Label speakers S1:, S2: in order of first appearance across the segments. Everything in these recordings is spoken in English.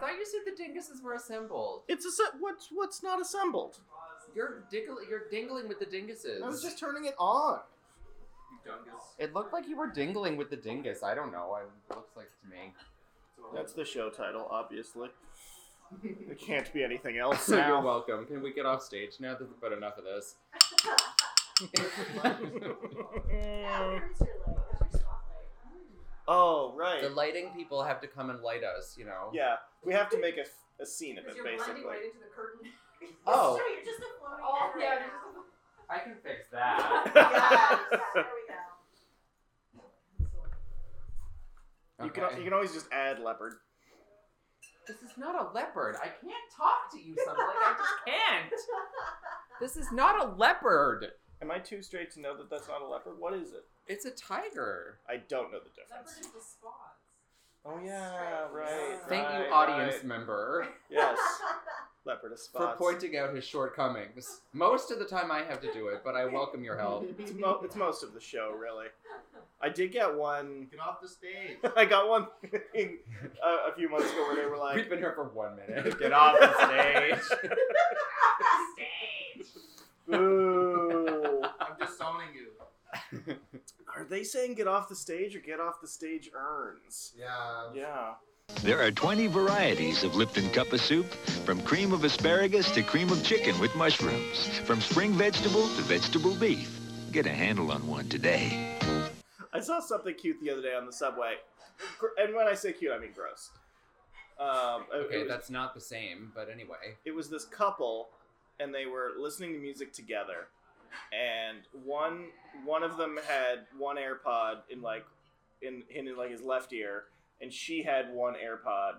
S1: thought you said the dinguses were assembled.
S2: It's a what's what's not assembled.
S1: You're dingle- you're dingling with the dinguses.
S2: I was just turning it on.
S3: Dungus.
S1: It looked like you were dingling with the dingus. I don't know. It looks like to me.
S2: That's the show title, obviously. It can't be anything else
S1: So you're
S2: now.
S1: welcome. Can we get off stage now? There's about enough of this.
S2: oh
S1: the
S2: right,
S1: lighting people have to come and light us. You know.
S2: yeah. We have to make a, a scene of it,
S4: Because you're blending
S2: basically.
S4: right into the curtain.
S1: Oh.
S4: Sure, you're just a floating
S5: Oh,
S4: head
S5: yeah, just
S4: right now.
S1: I can fix
S4: Yeah, yeah, there we go.
S2: You can you can always just add leopard.
S1: This is not a leopard. I can't talk to you, something. I just can't. This is not a leopard.
S2: Am I too straight to know that that's not a leopard? What is it?
S1: It's a tiger.
S2: I don't know the
S4: Leopard
S2: difference.
S4: is the spots.
S2: Oh yeah, right.
S1: Thank
S2: right,
S1: you, audience
S2: right.
S1: member,
S2: Yes, leopard is
S1: for
S2: spots.
S1: pointing out his shortcomings. Most of the time, I have to do it, but I welcome your help.
S2: It's, mo- it's most of the show, really. I did get one.
S3: Get off the stage.
S2: I got one thing uh, a few months ago where they were
S1: We've
S2: like,
S1: been here for one minute.
S2: "Get off the stage." Boo.
S3: I'm disowning you.
S2: Are they saying get off the stage or get off the stage earns?
S3: Yeah.
S2: Yeah.
S6: There are 20 varieties of Lipton Cuppa soup, from cream of asparagus to cream of chicken with mushrooms, from spring vegetable to vegetable beef. Get a handle on one today.
S2: I saw something cute the other day on the subway. Gr- And when I say cute, I mean gross. Um, it- it,
S1: Okay,
S2: was,
S1: that's not the same, but anyway.
S2: it was this couple, and they were listening to music together. And one one of them had one AirPod in like in, in like his left ear, and she had one AirPod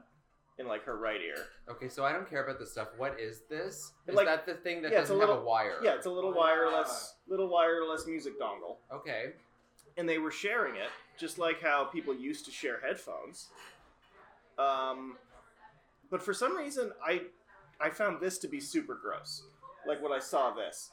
S2: in like her right ear.
S1: Okay, so I don't care about this stuff. What is this? Is
S2: Like-
S1: that the thing that
S2: yeah, it's a
S1: doesn't have
S2: little-
S1: a wire?
S2: Yeah, it's a little
S3: Yeah.
S2: wireless little wireless music dongle.
S1: Okay.
S2: and they were sharing it, just like how people used to share headphones. Um, but for some reason, I I found this to be super gross. Like when I saw this,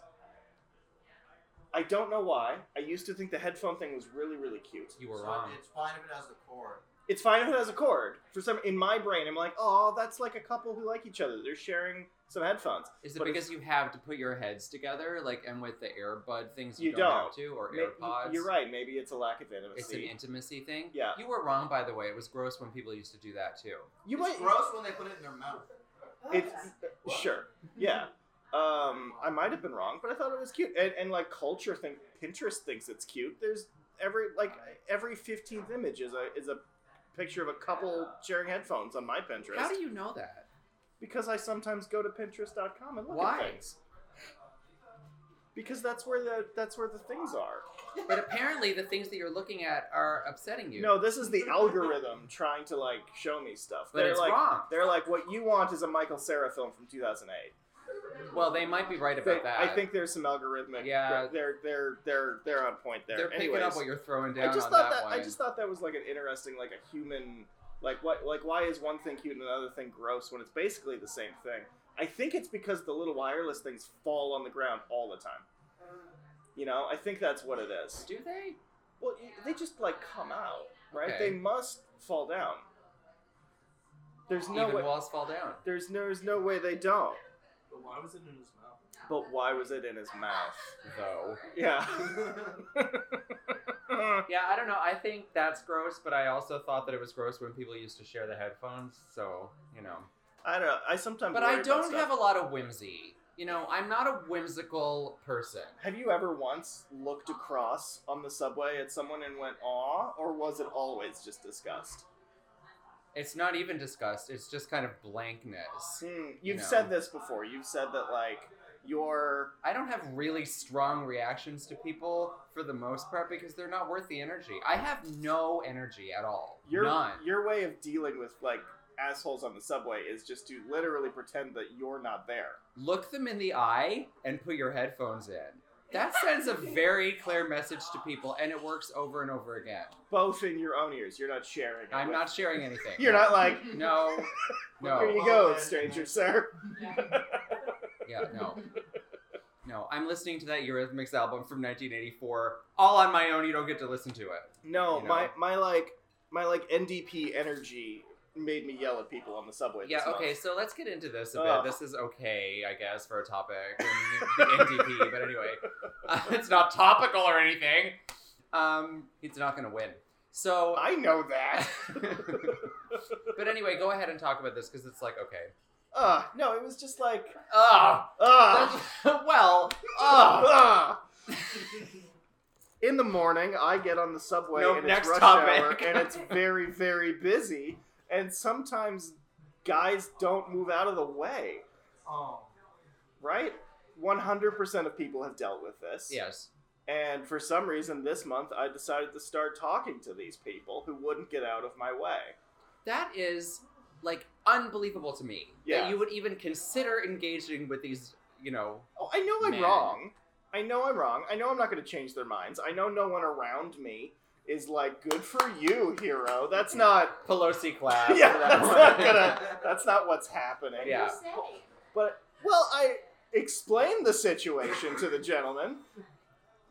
S2: I don't know why. I used to think the headphone thing was really really cute.
S1: You were
S3: So
S1: wrong.
S3: It's fine if it has the cord.
S2: It's fine if it has a cord. For some, in my brain, I'm like, oh, that's like a couple who like each other. They're sharing some headphones.
S1: Is it
S2: But
S1: because you have to put your heads together, like, and with the earbud things you,
S2: You
S1: have to, or
S2: May-
S1: AirPods?
S2: You're right. Maybe it's a lack of intimacy.
S1: It's an intimacy thing.
S2: Yeah.
S1: You were wrong, by the way. It was gross when people used to do that too.
S2: you
S3: It's
S2: might.
S3: gross when they put it in their mouth.
S2: It's sure, yeah. Um, I might have been wrong, but I thought it was cute. And, and like culture think Pinterest thinks it's cute. There's every like every fifteenth image is a is a picture of a couple sharing headphones on my Pinterest
S1: How do you know that?
S2: because I sometimes go to Pinterest.com and look
S1: Why?
S2: at things. Because that's where the that's where the things are.
S1: But apparently, the things that you're looking at are upsetting you.
S2: No, this is the algorithm trying to like show me stuff.
S1: but
S2: they're
S1: it's
S2: like
S1: wrong.
S2: they're like what you want is a Michael Sarah film from two thousand eight.
S1: Well, they might be right
S2: They-
S1: about that.
S2: I think there's some algorithmic.
S1: Yeah.
S2: they're they're they're they're on point there.
S1: they're picking
S2: Anyways,
S1: up what you're throwing down
S2: I just
S1: on
S2: thought
S1: that,
S2: that,
S1: one.
S2: I just thought that was like an interesting, like a human, like what, like why is one thing cute and another thing gross when it's basically the same thing? I think it's because the little wireless things fall on the ground all the time. You know, I think that's what it is.
S1: Do they?
S2: Well, y- they just like come out, right?
S1: Okay.
S2: They must fall down. There's no
S1: Even
S2: way.
S1: walls fall down.
S2: there's no, there's no way they don't.
S3: But why was it in his mouth?
S2: But why was it in his mouth?
S1: Though.
S2: Yeah.
S1: Yeah, I don't know. I think that's gross, but I also thought that it was gross when people used to share the headphones. So you know.
S2: I don't know. I sometimes.
S1: But I don't have a lot of whimsy. You know, I'm not a whimsical person.
S2: Have you ever once looked across on the subway at someone and went aw, or was it always just disgust?
S1: It's not even disgust. It's just kind of blankness.
S2: Hmm. You've
S1: No.
S2: said this before. You've said that like your
S1: I don't have really strong reactions to people for the most part because they're not worth the energy. I have no energy at all.
S2: your
S1: None.
S2: your way of dealing with like assholes on the subway is just to literally pretend that you're not there.
S1: Look them in the eye and put your headphones in. That sends a very clear message to people and it works over and over again.
S2: Both in your own ears. You're not sharing. It
S1: I'm
S2: with-
S1: not sharing anything.
S2: You're not like
S1: No.
S2: here
S1: No.
S2: you go, stranger sir.
S1: Yeah, no. No, I'm listening to that Eurythmics album from 1984 all on my own. You don't get to listen to it.
S2: No,
S1: you know?
S2: my my like my like NDP energy made me yell at people on the subway.
S1: Yeah,
S2: this month.
S1: okay, so let's get into this a bit.
S2: Ugh.
S1: This is okay, I guess, for a topic in the NDP, but anyway, uh, it's not topical or anything. Um, it's not going to win. So,
S2: I know that.
S1: but anyway, go ahead and talk about this because it's like, okay.
S2: uh, no, it was just like,
S1: Oh,
S2: ah,
S1: well, oh.
S2: ah. In the morning, I get on the subway
S1: Nope,
S2: and
S1: next
S2: it's rush hour,
S1: topic.
S2: and it's very, very busy. And sometimes guys don't move out of the way,
S3: Oh.
S2: right? One hundred percent of people have dealt with this.
S1: Yes.
S2: And for some reason, this month, I decided to start talking to these people who wouldn't get out of my way.
S1: That is like unbelievable to me
S2: Yeah.
S1: that you would even consider engaging with these, you know,
S2: Oh, I know I'm
S1: Man.
S2: wrong. I know I'm wrong. I know I'm not going to change their minds. I know no one around me is like, "Good for you, hero." That's not.
S1: Pelosi class.
S2: yeah,
S1: or
S2: that's
S1: whatever.
S2: not gonna. That's not what's happening.
S1: Yeah.
S4: You say.
S2: But well, I explained the situation to the gentleman.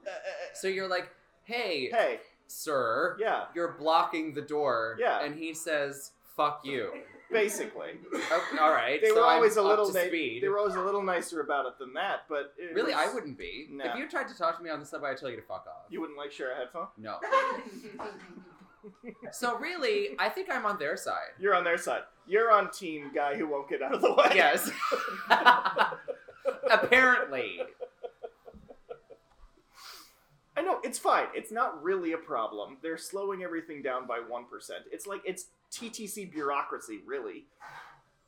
S2: Uh, uh,
S1: So you're like, hey,
S2: uh, hey,
S1: sir,
S2: yeah,
S1: you're blocking the door.
S2: Yeah.
S1: And he says, fuck you.
S2: basically,
S1: Okay, all right.
S2: they
S1: so
S2: were
S1: I'm
S2: always a
S1: up
S2: little.
S1: to
S2: na-
S1: speed.
S2: They were always a little nicer about it than that. But it
S1: really,
S2: was-
S1: I wouldn't be.
S2: No.
S1: If you tried to talk to me on the subway, I'd tell you to fuck off.
S2: You wouldn't like share a headphone.
S1: no. So really, I think I'm on their side.
S2: You're on their side. You're on team guy who won't get out of the way.
S1: Yes. Apparently.
S2: I know it's fine. It's not really a problem. They're slowing everything down by one percent. It's like it's TTC bureaucracy, really.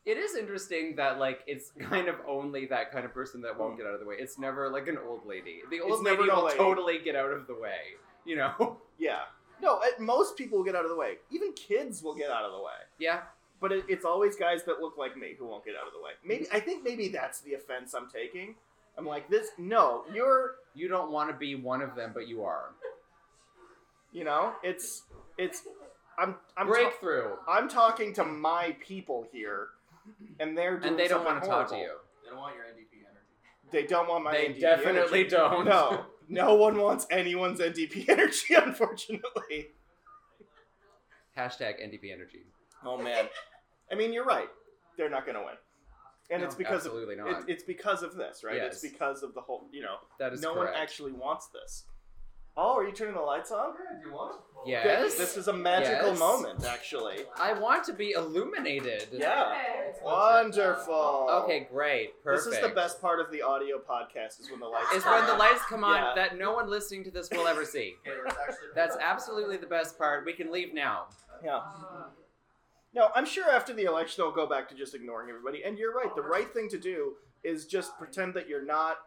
S1: It is interesting that like it's kind of only that kind of person that won't get out of the way. It's never like an old lady. The old
S2: never
S1: lady
S2: an
S1: will
S2: old lady.
S1: totally get out of the way. You know?
S2: Yeah. No, uh, most people will get out of the way. Even kids will get out of the way.
S1: yeah.
S2: But it, it's always guys that look like me who won't get out of the way. Maybe I think maybe that's the offense I'm taking. I'm like this. No, you're.
S1: You don't want to be one of them, but you are.
S2: You know, it's it's. I'm I'm ta-
S1: Breakthrough.
S2: I'm talking to my people here, and they're doing
S1: and they don't
S2: want to
S1: talk to you.
S3: They don't want your NDP energy.
S2: They don't want my.
S1: they
S2: NDP
S1: definitely
S2: energy.
S1: don't.
S2: No, no one wants anyone's NDP energy, unfortunately.
S1: Hashtag NDP energy.
S2: Oh man, I mean you're right. They're not going to win, and
S1: No,
S2: it's because of
S1: absolutely
S2: it,
S1: not.
S2: it's because of this, right? It's
S1: Yes.
S2: because of the whole, you know,
S1: that is
S2: no
S1: correct.
S2: one actually wants this. Oh, are you turning the lights on?
S3: Do you want
S1: Yes.
S2: This is a magical
S1: Yes.
S2: moment, actually.
S1: I want to be illuminated.
S4: Oh.
S2: Yeah,
S4: Hey.
S2: wonderful.
S1: Okay, great. Perfect.
S2: This is the best part of the audio podcast is when the lights.
S1: Is
S2: come
S1: when the
S2: on.
S1: lights come on
S2: Yeah.
S1: that no one listening to this will ever see.
S3: Okay, let's actually.
S1: That's absolutely the best part. We can leave now.
S2: Yeah. No, I'm sure after the election they'll go back to just ignoring everybody. And you're right. The right thing to do is just pretend that you're not.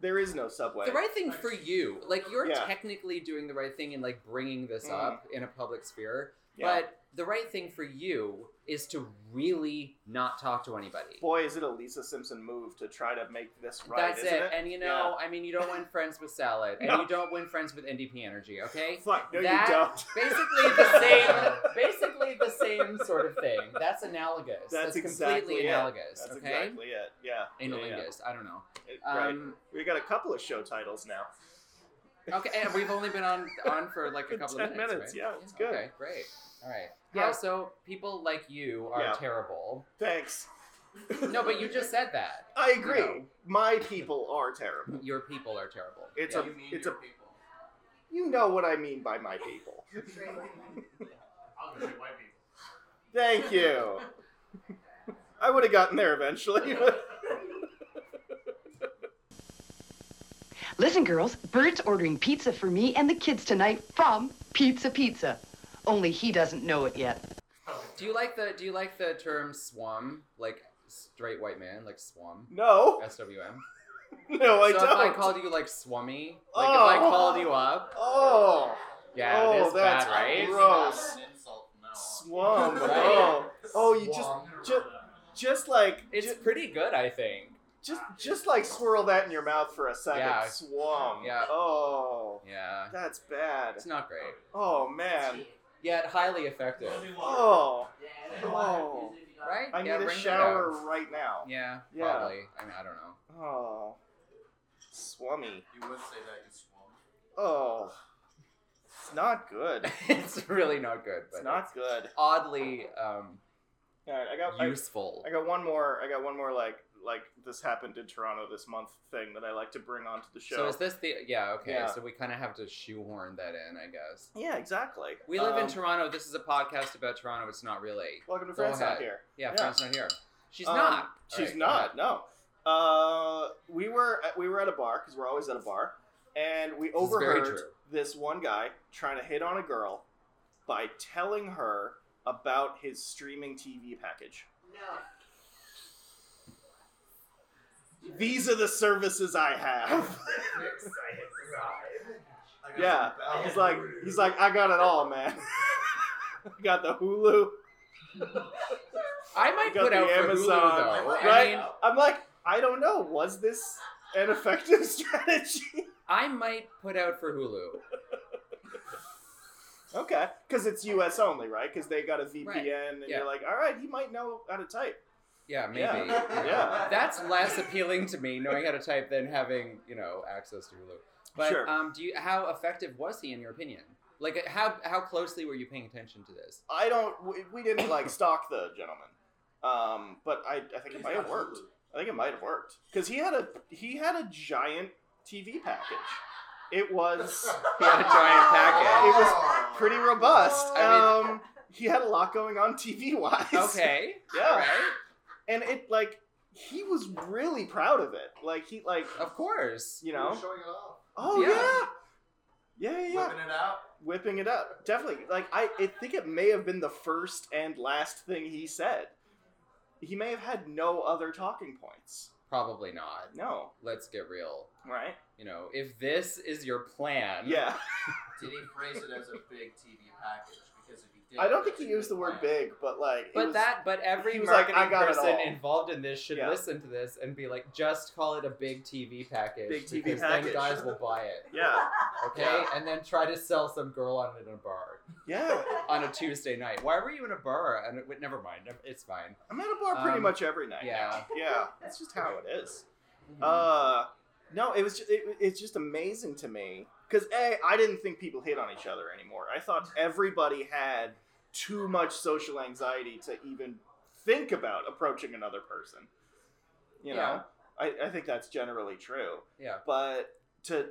S2: There is no subway.
S1: The right thing for you, like you're
S2: Yeah.
S1: technically doing the right thing in like bringing this
S2: Mm.
S1: up in a public sphere,
S2: Yeah.
S1: but the right thing for you is to really not talk to anybody.
S2: boy, is it a Lisa Simpson move to try to make this right?
S1: That's
S2: isn't it.
S1: And you know, I mean, you don't win friends with salad, and
S2: No.
S1: you don't win friends with NDP energy. Okay,
S2: Fuck. No,
S1: That-
S2: you don't.
S1: basically the same, basically the same sort of thing. That's analogous.
S2: That's
S1: completely
S2: exactly it.
S1: analogous.
S2: That's
S1: okay,
S2: exactly it. Yeah. Yeah, yeah.
S1: analogous. I don't know.
S2: It- right.
S1: Um,
S2: We got a couple of show titles now.
S1: okay, and we've only been on on for like a
S2: Been
S1: couple of
S2: 10
S1: minutes.
S2: minutes,
S1: right?
S2: yeah, it's good.
S1: Okay, great. All right. Yeah.
S2: How-
S1: So people like you are
S2: Yeah.
S1: terrible.
S2: Thanks.
S1: No, but you just said that.
S2: I agree.
S1: No.
S2: My people are terrible.
S1: Your people are terrible.
S2: It's
S1: Yeah.
S2: a-
S3: You mean
S2: it's
S3: your
S2: a-
S3: people.
S2: You know what I mean by my people.
S3: I'll just say white people.
S2: Thank you. I would have gotten there eventually.
S7: Listen, girls, Bert's ordering pizza for me and the kids tonight from Pizza Pizza. Only he doesn't know it yet.
S1: Do you like the Do you like the term swum? Like straight white man, like swum.
S2: no,
S1: S W M.
S2: no, I
S1: so
S2: don't.
S1: if I called you like swummy, like if I
S2: Oh.
S1: called you up,
S2: oh,
S1: yeah,
S2: Oh,
S1: it is
S2: that's
S1: bad, right?
S2: Gross.
S3: An insult from now on.
S2: swum.
S1: Right?
S2: Oh, oh, you just,
S3: Swum.
S2: just, just like,
S1: It's
S2: ju-
S1: pretty good, I think.
S2: just, just like swirl that in your mouth for a second.
S1: Yeah.
S2: Swum.
S1: Yeah.
S2: Oh,
S1: Yeah,
S2: that's bad.
S1: it's not great.
S2: Oh man.
S1: Yet highly effective,
S2: Oh, oh.
S1: right?
S2: I need
S1: yeah,
S2: a
S1: ring it
S2: shower
S1: up.
S2: right now.
S1: Yeah,
S2: Yeah.
S1: probably. I mean, I don't know.
S2: Oh, swummy.
S3: You would say that you swum.
S2: Oh, it's not good.
S1: it's really not good. But
S2: It's not good.
S1: oddly um,
S2: All right, I got I,
S1: useful.
S2: I got one more. I got one more like like this happened in Toronto this month thing that I like to bring onto the show.
S1: so is this the yeah okay?
S2: Yeah.
S1: So we kind of have to shoehorn that in, I guess.
S2: yeah, exactly.
S1: We live in
S2: Um,
S1: Toronto. This is a podcast about Toronto. It's not really.
S2: Welcome to
S1: Go
S2: France out
S1: ahead.
S2: here.
S1: Yeah,
S2: Yeah.
S1: Fran's not here. She's
S2: Um,
S1: not.
S2: She's
S1: Alright, go ahead.
S2: not. No. Uh, we were at, we were at a bar because we're always at a bar, and we
S1: is very
S2: overheard
S1: true.
S2: this one guy trying to hit on a girl by telling her about his streaming TV package.
S4: No.
S2: These are the services I have.
S3: I got
S2: yeah,
S3: some bell.
S2: he's like he's like I got it all, man. I got the Hulu,
S1: I might
S2: got
S1: put
S2: the
S1: out for
S2: Amazon,
S1: Hulu though.
S2: right?
S1: I mean,
S2: I'm like I don't know. Was this an effective strategy?
S1: I might put out for Hulu.
S2: Okay, because it's U.S. only, right? Because they got a VPN,
S1: Right.
S2: and
S1: Yeah.
S2: you're like, all right, he might know how to type.
S1: Yeah, maybe.
S2: Yeah. Yeah.
S1: That's less appealing to me, knowing how to type than having you know access to Hulu. But
S2: Sure.
S1: um, do you? How effective was he in your opinion? Like, uh, how how closely were you paying attention to this?
S2: I don't. We, we didn't like stalk the gentleman, um, but I, I think it might have worked. I think it might have worked because he had a he had a giant TV package. It was
S1: He had a giant package.
S2: It
S3: Oh.
S2: was pretty robust.
S1: I
S2: um, he had a lot going on TV wise.
S1: Okay. All
S2: Yeah,
S1: right.
S2: and it like he was really proud of it. Like he like
S1: Of course.
S2: you
S3: He was
S2: know.
S3: showing it off.
S2: Oh
S1: Yeah.
S2: yeah, yeah, yeah. yeah.
S3: Whipping it out.
S2: whipping it up. Definitely. Like I, I think it may have been the first and last thing he said. He may have had no other talking points.
S1: Probably not.
S2: No,
S1: Let's get real.
S2: right?
S1: You know, if this is your plan,
S2: Yeah.
S3: Did he phrase it as a big TV package? Because if he did,
S2: I don't think he used the word big, but like it
S1: But
S2: was,
S1: that, but every
S2: he was like,
S1: marketing
S2: "I got it
S1: person
S2: all."
S1: involved in this should
S2: Yeah.
S1: listen to this and be like, just call it a big TV package.
S2: Big TV
S1: because
S2: package.
S1: Then guys will buy it,
S2: Yeah.
S1: okay?
S3: Yeah.
S1: And then try to sell some girl on it in a bar
S2: Yeah.
S1: on a Tuesday night. Why were you in a bar? And it, would- never mind, it's fine.
S2: I'm at a bar pretty
S1: Um,
S2: much every night.
S1: yeah.
S2: now. Yeah. That's just how it is.
S1: Mm-hmm.
S2: Uh no, it was just, it, it's just amazing to me cuz a I didn't think people hit on each other anymore. I thought everybody had too much social anxiety to even think about approaching another person. You know, I, I think that's generally true.
S1: Yeah.
S2: But to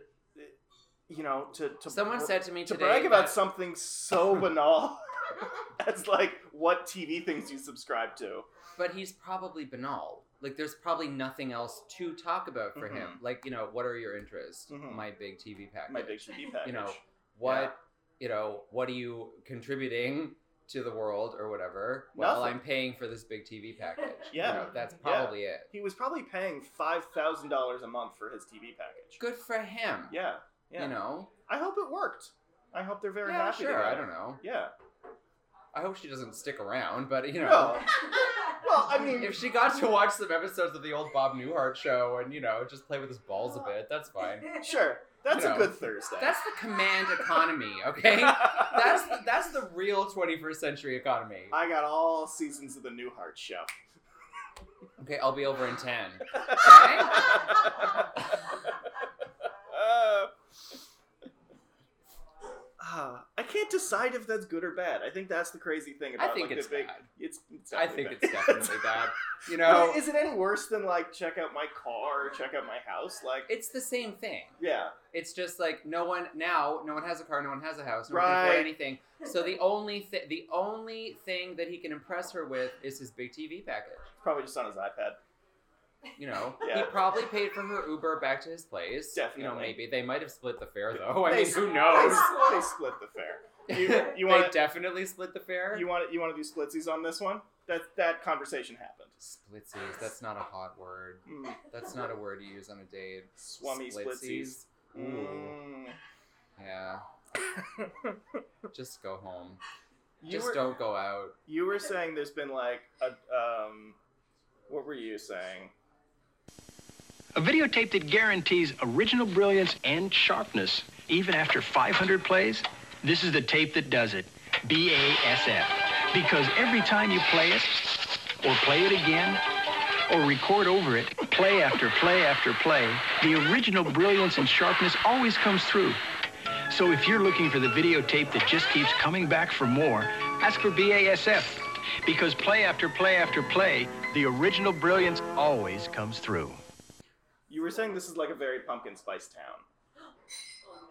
S2: you know, to to
S1: Someone said to me
S2: to
S1: today
S2: brag about
S1: that-
S2: something so banal as like what TV things you subscribe to.
S1: but he's probably banal. Like, there's probably nothing else to talk about for him. Like, you know, what are your interests?
S2: Mhm.
S1: My big TV package.
S2: Mm-hmm. My big TV package.
S1: You know, what you know, what are you contributing to the world or whatever? Well,
S2: Nothing.
S1: I'm paying for this big TV package. You
S2: Yeah.
S1: know, that's probably it.
S2: He was probably paying five thousand dollars a month for his TV package.
S1: Good for him.
S2: Yeah, yeah.
S1: You know.
S2: I hope it worked. I hope they're very
S1: yeah,
S2: happy.
S1: sure.
S2: about
S1: I
S2: it.
S1: don't know.
S2: Yeah.
S1: I hope she doesn't stick around, but you know.
S2: No. Well, I mean,
S1: If she got to watch some episodes of the old Bob Newhart show and, you know, just play with his balls a bit, that's fine.
S2: sure. That's
S1: You
S2: a
S1: know.
S2: good Thursday.
S1: That's the command economy, okay? That's the, that's the real 21st century economy.
S2: I got all seasons of the Newhart Show.
S1: Okay, I'll be over in 10. Okay?
S2: Uh, ah, I can't decide if that's good or bad. I think that's the crazy thing about.
S1: I think
S2: like,
S1: it's
S2: the big,
S1: bad.
S2: It's, it's
S1: I think
S2: definitely
S1: it's
S2: bad.
S1: definitely bad. You
S2: But
S1: know,
S2: is it any worse than like check out my car, or check out my house? Like,
S1: it's the same thing.
S2: yeah,
S1: It's just like no one now, no one has a car, no one has a house, no one can
S2: Right.
S1: afford anything. So the only thi- the only thing that he can impress her with is his big TV package.
S2: it's probably just on his iPad.
S1: You know, he
S2: Yeah.
S1: probably paid for her Uber back to his place. You know,
S2: Definitely.
S1: maybe they might have split the fare though. I
S2: They
S1: mean, who
S2: They,
S1: knows?
S2: they split the fare. You, you
S1: they
S2: want
S1: definitely split the fare.
S2: you want you want to do splitsies on this one? That that conversation happened.
S1: Splitsies. That's not a hot word.
S2: Mm,
S1: That's not a word you use on a date.
S2: swummy splitsies.
S1: Ooh.
S2: Mm.
S1: Yeah. Just go home.
S2: You
S1: Just
S2: were-
S1: don't go out.
S2: You were saying there's been like a um, what were you saying?
S8: A videotape that guarantees original brilliance and sharpness even after 500 plays? This is the tape that does it. BASF. Because every time you play it, or play it again, or record over it, play after play after play, the original brilliance and sharpness always comes through. So if you're looking for the videotape that just keeps coming back for more, ask for BASF. Because play after play after play, the original brilliance always comes through.
S2: You were saying this is like a very pumpkin spice town.
S4: Oh,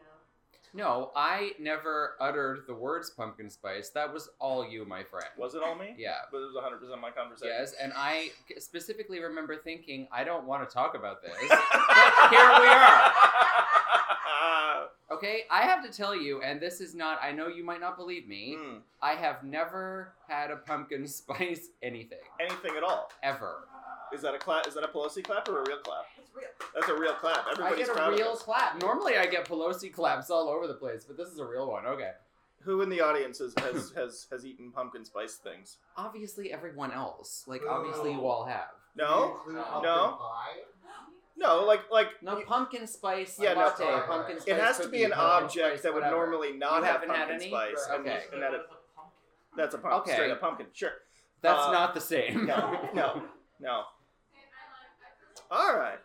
S4: no.
S1: No, I never uttered the words pumpkin spice. That was all you, my friend.
S2: Was it all me?
S1: Yeah.
S2: But it was 100% my conversation.
S1: Yes, and I specifically remember thinking, I don't want to talk about this. but here we are. Okay, I have to tell you, and this is not, I know you might not believe me,
S2: Mm,
S1: I have never had a pumpkin spice anything,
S2: anything at all.
S1: ever.
S2: Is that a clap? Is that a Pelosi clap or a real clap?
S4: It's real.
S2: That's a real clap. Everybody's
S1: I get a
S2: proud
S1: real
S2: of us.
S1: clap. Normally I get Pelosi claps all over the place, but this is a real one. Okay.
S2: Who in the audience has, has, has, has eaten pumpkin spice things?
S1: Obviously, everyone else. Like,
S3: Ooh.
S1: obviously,
S2: Oh.
S1: you all have.
S2: No?
S3: Include
S1: No.
S3: pumpkin
S2: No.
S3: pie?
S2: No, like, like
S1: No,
S2: you-
S1: pumpkin spice
S2: Yeah, no,
S1: latte,
S3: uh,
S1: pumpkin spice
S2: it has to be
S1: cookie,
S2: an
S1: pumpkin
S2: object
S1: spice
S2: that would
S1: whatever.
S2: normally not
S1: You
S2: have
S1: haven't had
S2: pumpkin
S1: any?
S2: spice.
S3: Right.
S2: and-
S1: Okay.
S2: and that- that's a pumpkin.
S1: Okay.
S2: Straight up pumpkin. Sure.
S1: That's
S2: Uh,
S1: not the same.
S2: No, no, no. All right.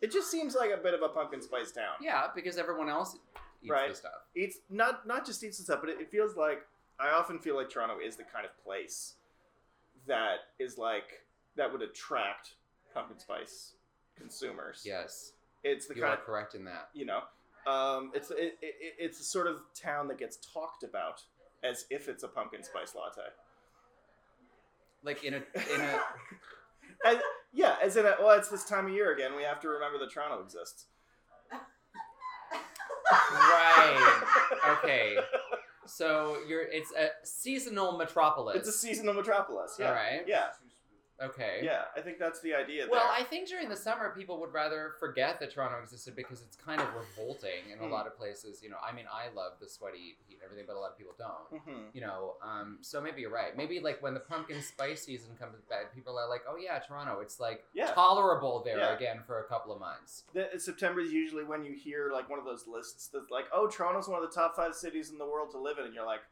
S2: It just seems like a bit of a pumpkin spice town.
S1: yeah, because everyone else eats
S2: Right.
S1: the stuff.
S2: It's not not just eats and stuff, but it, it feels like I often feel like Toronto is the kind of place that is like that would attract pumpkin spice consumers.
S1: Yes,
S2: it's the
S1: you
S2: kind
S1: are
S2: of
S1: correct in that.
S2: you know, um, it's it, it, it's the sort of town that gets talked about as if it's a pumpkin spice latte.
S1: Like in a in a
S2: As, yeah, as in, a, well, it's this time of year again. We have to remember that Toronto exists.
S1: right. Okay, so you're it's a seasonal metropolis.
S2: It's a seasonal metropolis. Yeah.
S1: All right.
S2: Yeah.
S1: Okay.
S2: Yeah. I think that's the idea.
S1: Well,
S2: there.
S1: I think during the summer people would rather forget that Toronto existed because it's kind of revolting in a
S2: Hmm.
S1: lot of places. You know, I mean, I love the sweaty heat and everything, but a lot of people don't.
S2: Mhm.
S1: you know um so maybe you're right maybe like when the pumpkin spice season comes back people are like oh yeah toronto it's like
S2: Yeah.
S1: tolerable there
S2: Yeah.
S1: again for a couple of months
S2: The- September is usually when you hear like one of those lists that's like, "Oh, Toronto's one of the top five cities in the world to live in," and you're like,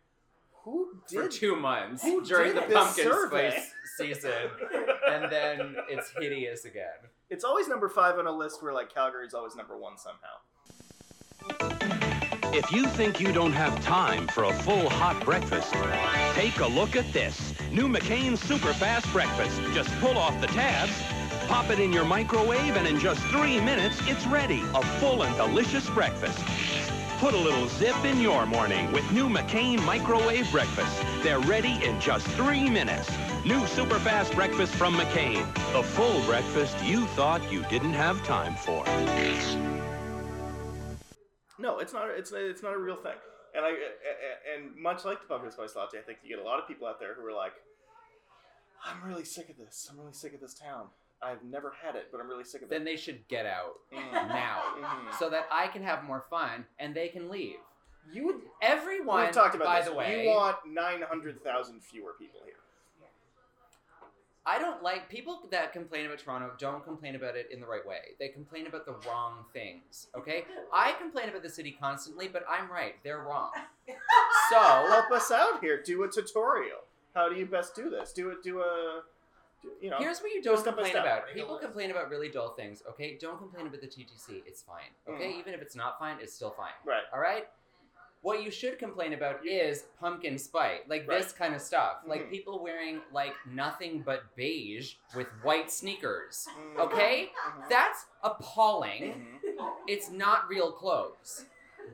S2: "Who
S1: for
S2: did?"
S1: two months
S2: who
S1: during
S2: did
S1: the
S2: this
S1: pumpkin
S2: survey?
S1: spice season and then it's hideous again
S2: It's always number five on a list where like Calgary's always number one somehow.
S6: If you think you don't have time for a full hot breakfast, take a look at this. New McCain Super Fast Breakfast. Just pull off the tabs, pop it in your microwave, and in just three minutes, it's ready. A full and delicious breakfast. Put a little zip in your morning with new McCain Microwave Breakfast. They're ready in just three minutes. New Super Fast Breakfast from McCain. The full breakfast you thought you didn't have time for.
S2: No, it's not. It's it's not a real thing. And I a- a- and much like the pumpkin spice latte, I think you get a lot of people out there who are like, "I'm really sick of this. I'm really sick of this town. I've never had it, but I'm really sick of
S1: then
S2: it."
S1: they should get out
S2: Mm.
S1: now
S2: Mhm.
S1: so that i can have more fun and they can leave
S2: You would.
S1: everyone
S2: We've talked about
S1: by
S2: this.
S1: the way
S2: you want nine hundred thousand fewer people here.
S1: I don't like people that complain about Toronto don't complain about it in the right way. They complain about the wrong things, okay? I complain about the city constantly, but I'm right. They're wrong. So,
S2: Help us out here. Do a tutorial. How do you best do this? Do it. Do a. do- You know.
S1: here's what you don't
S2: Step by
S1: complain
S2: step.
S1: about.
S3: Make a
S1: People
S3: list.
S1: complain about really dull things, okay? Don't complain about the TTC. It's fine,
S2: Mm.
S1: okay? Even if it's not fine, it's still fine.
S2: right.
S1: All right? What you should complain about is pumpkin spice, like
S2: Right.
S1: this kind of stuff. Like
S2: Mhm.
S1: people wearing like nothing but beige with white sneakers.
S2: Mm,
S1: Mm-hmm. Okay?
S2: mhm,
S1: That's appalling.
S2: mhm.
S1: It's not real clothes.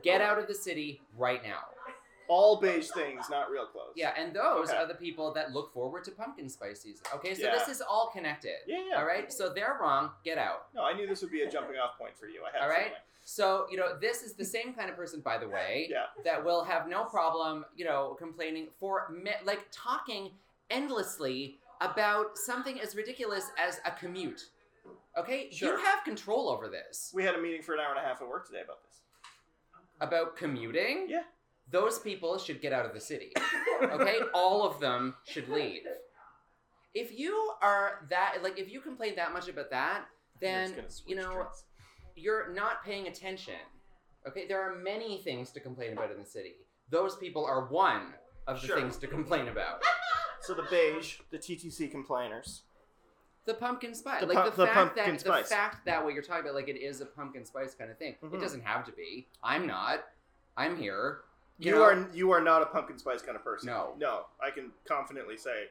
S1: Get out of the city right now.
S2: All beige things, not real clothes.
S1: Yeah, and those
S2: Okay.
S1: are the people that look forward to pumpkin spice season. Okay, so
S2: Yeah.
S1: this is all connected.
S2: Yeah. Yeah.
S1: All right, so they're wrong. Get out.
S2: No, I knew this would be a jumping off point for you. I had.
S1: All right.
S2: something.
S1: So, you know, this is the same kind of person, by the way,
S2: Yeah.
S1: that will have no problem, you know, complaining for, mi- like, talking endlessly about something as ridiculous as a commute. Okay?
S2: Sure.
S1: You have control over this.
S2: We had a meeting for an hour and a half at work today about this.
S1: About commuting?
S2: Yeah.
S1: Those people should get out of the city. okay all of them should leave if you are that like if you complain that much about that then
S2: Just gonna switch
S1: you know
S2: trains.
S1: you're not paying attention okay there are many things to complain about in the city those people are one of the
S2: Sure.
S1: things to complain about
S2: So the beige, the TTC complainers.
S1: the pumpkin spice
S2: The
S1: like
S2: pu-
S1: the,
S2: the
S1: fact
S2: pumpkin
S1: that
S2: spice.
S1: the fact that what you're talking about like it is a pumpkin spice kind of thing
S2: Mhm.
S1: it doesn't have to be i'm not i'm here
S2: You,
S1: know?
S2: are you are not a pumpkin spice kind of person.
S1: No.
S2: No, I can confidently say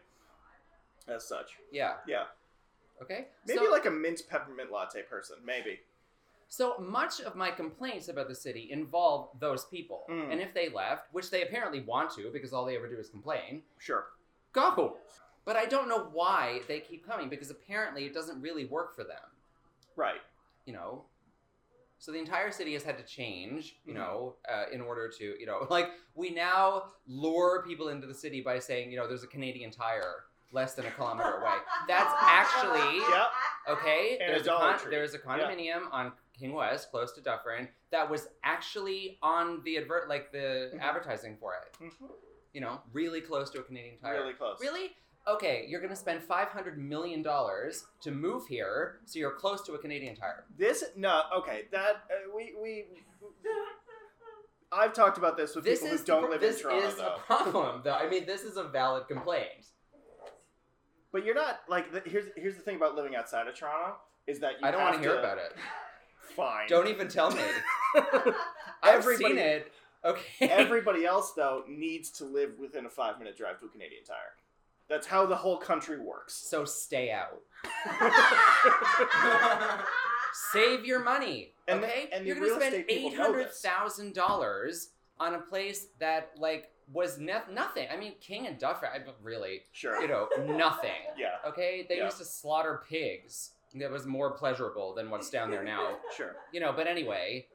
S2: as such.
S1: Yeah.
S2: Yeah.
S1: Okay.
S2: Maybe
S1: so,
S2: like a mint peppermint latte person. Maybe.
S1: so much of my complaints about the city involve those people,
S2: Mm.
S1: and if they left, which they apparently want to, because all they ever do is complain,
S2: Sure.
S1: go. But I don't know why they keep coming because apparently it doesn't really work for them.
S2: Right.
S1: you know so the entire city has had to change you
S2: Mhm.
S1: know uh, in order to you know like we now lure people into the city by saying you know there's a canadian tire less than a kilometer away that's actually
S2: Yep.
S1: okay
S2: And a
S1: there's,
S2: Dollar
S1: con-
S2: Tree.
S1: there's a condominium on king west close to dufferin that was actually on the advert like the
S2: Mhm.
S1: advertising for it
S2: Mhm.
S1: you know really close to a canadian tire
S2: Really close.
S1: Really? Okay, you're gonna spend five hundred million dollars to move here, so you're close to a Canadian Tire.
S2: This no. Okay. That uh, we we. I've talked about this with
S1: this
S2: people
S1: is
S2: who don't
S1: the, pro-
S2: live
S1: this
S2: in Toronto,
S1: is
S2: though.
S1: a problem, though. I mean, this is a valid complaint.
S2: But you're not like the, here's here's the thing about living outside of Toronto is that you
S1: I don't
S2: want
S1: want to hear about it.
S2: Fine.
S1: Don't even tell me. I've
S2: Everybody-
S1: seen it. Okay.
S2: Everybody else though needs to live within a five minute drive to a Canadian Tire. That's how the whole country works.
S1: so stay out. Save your money.
S2: And the-
S1: okay,
S2: and the
S1: you're gonna
S2: real
S1: spend
S2: estate people
S1: eight
S2: know
S1: hundred
S2: this.
S1: thousand dollars on a place that like was ne- nothing. I mean, King and Duffer, I, really,
S2: Sure.
S1: you know, nothing.
S2: yeah.
S1: Okay, they
S2: Yeah.
S1: used to slaughter pigs. That was more pleasurable than what's down there now.
S2: Sure.
S1: You know, but anyway,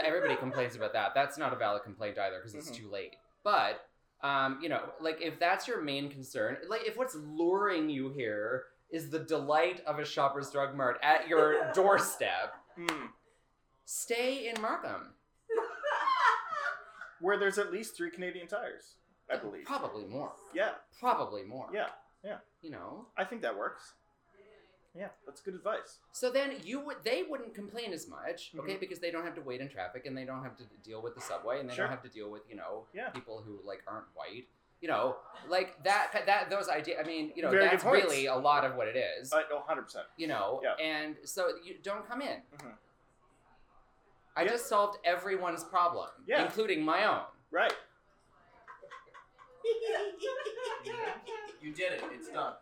S1: everybody complains about that. That's not a valid complaint either because it's
S2: Mhm.
S1: too late. But um, you know, like if that's your main concern, like if what's luring you here is the delight of a Shoppers Drug Mart at your doorstep,
S2: Mm.
S1: stay in Markham.
S2: Where there's at least three Canadian tires, I believe.
S1: Probably more.
S2: Yeah.
S1: Probably more.
S2: Yeah. Yeah.
S1: You know.
S2: I think that works. Yeah. That's good advice.
S1: So then you would they wouldn't complain as much, okay?
S2: Mhm.
S1: Because they don't have to wait in traffic and they don't have to deal with the subway and they
S2: Sure.
S1: don't have to deal with, you know,
S2: Yeah.
S1: people who like aren't white. You know, like that that those ideas I mean, you know,
S2: Very good
S1: that's
S2: points.
S1: really a lot of what it is.
S2: Uh, oh, 100%.
S1: you know,
S2: yeah.
S1: and so you don't come in.
S2: Mhm.
S1: I
S2: Yeah.
S1: just solved everyone's problem,
S2: Yeah.
S1: including my own.
S2: Right.
S3: You did it. It's done.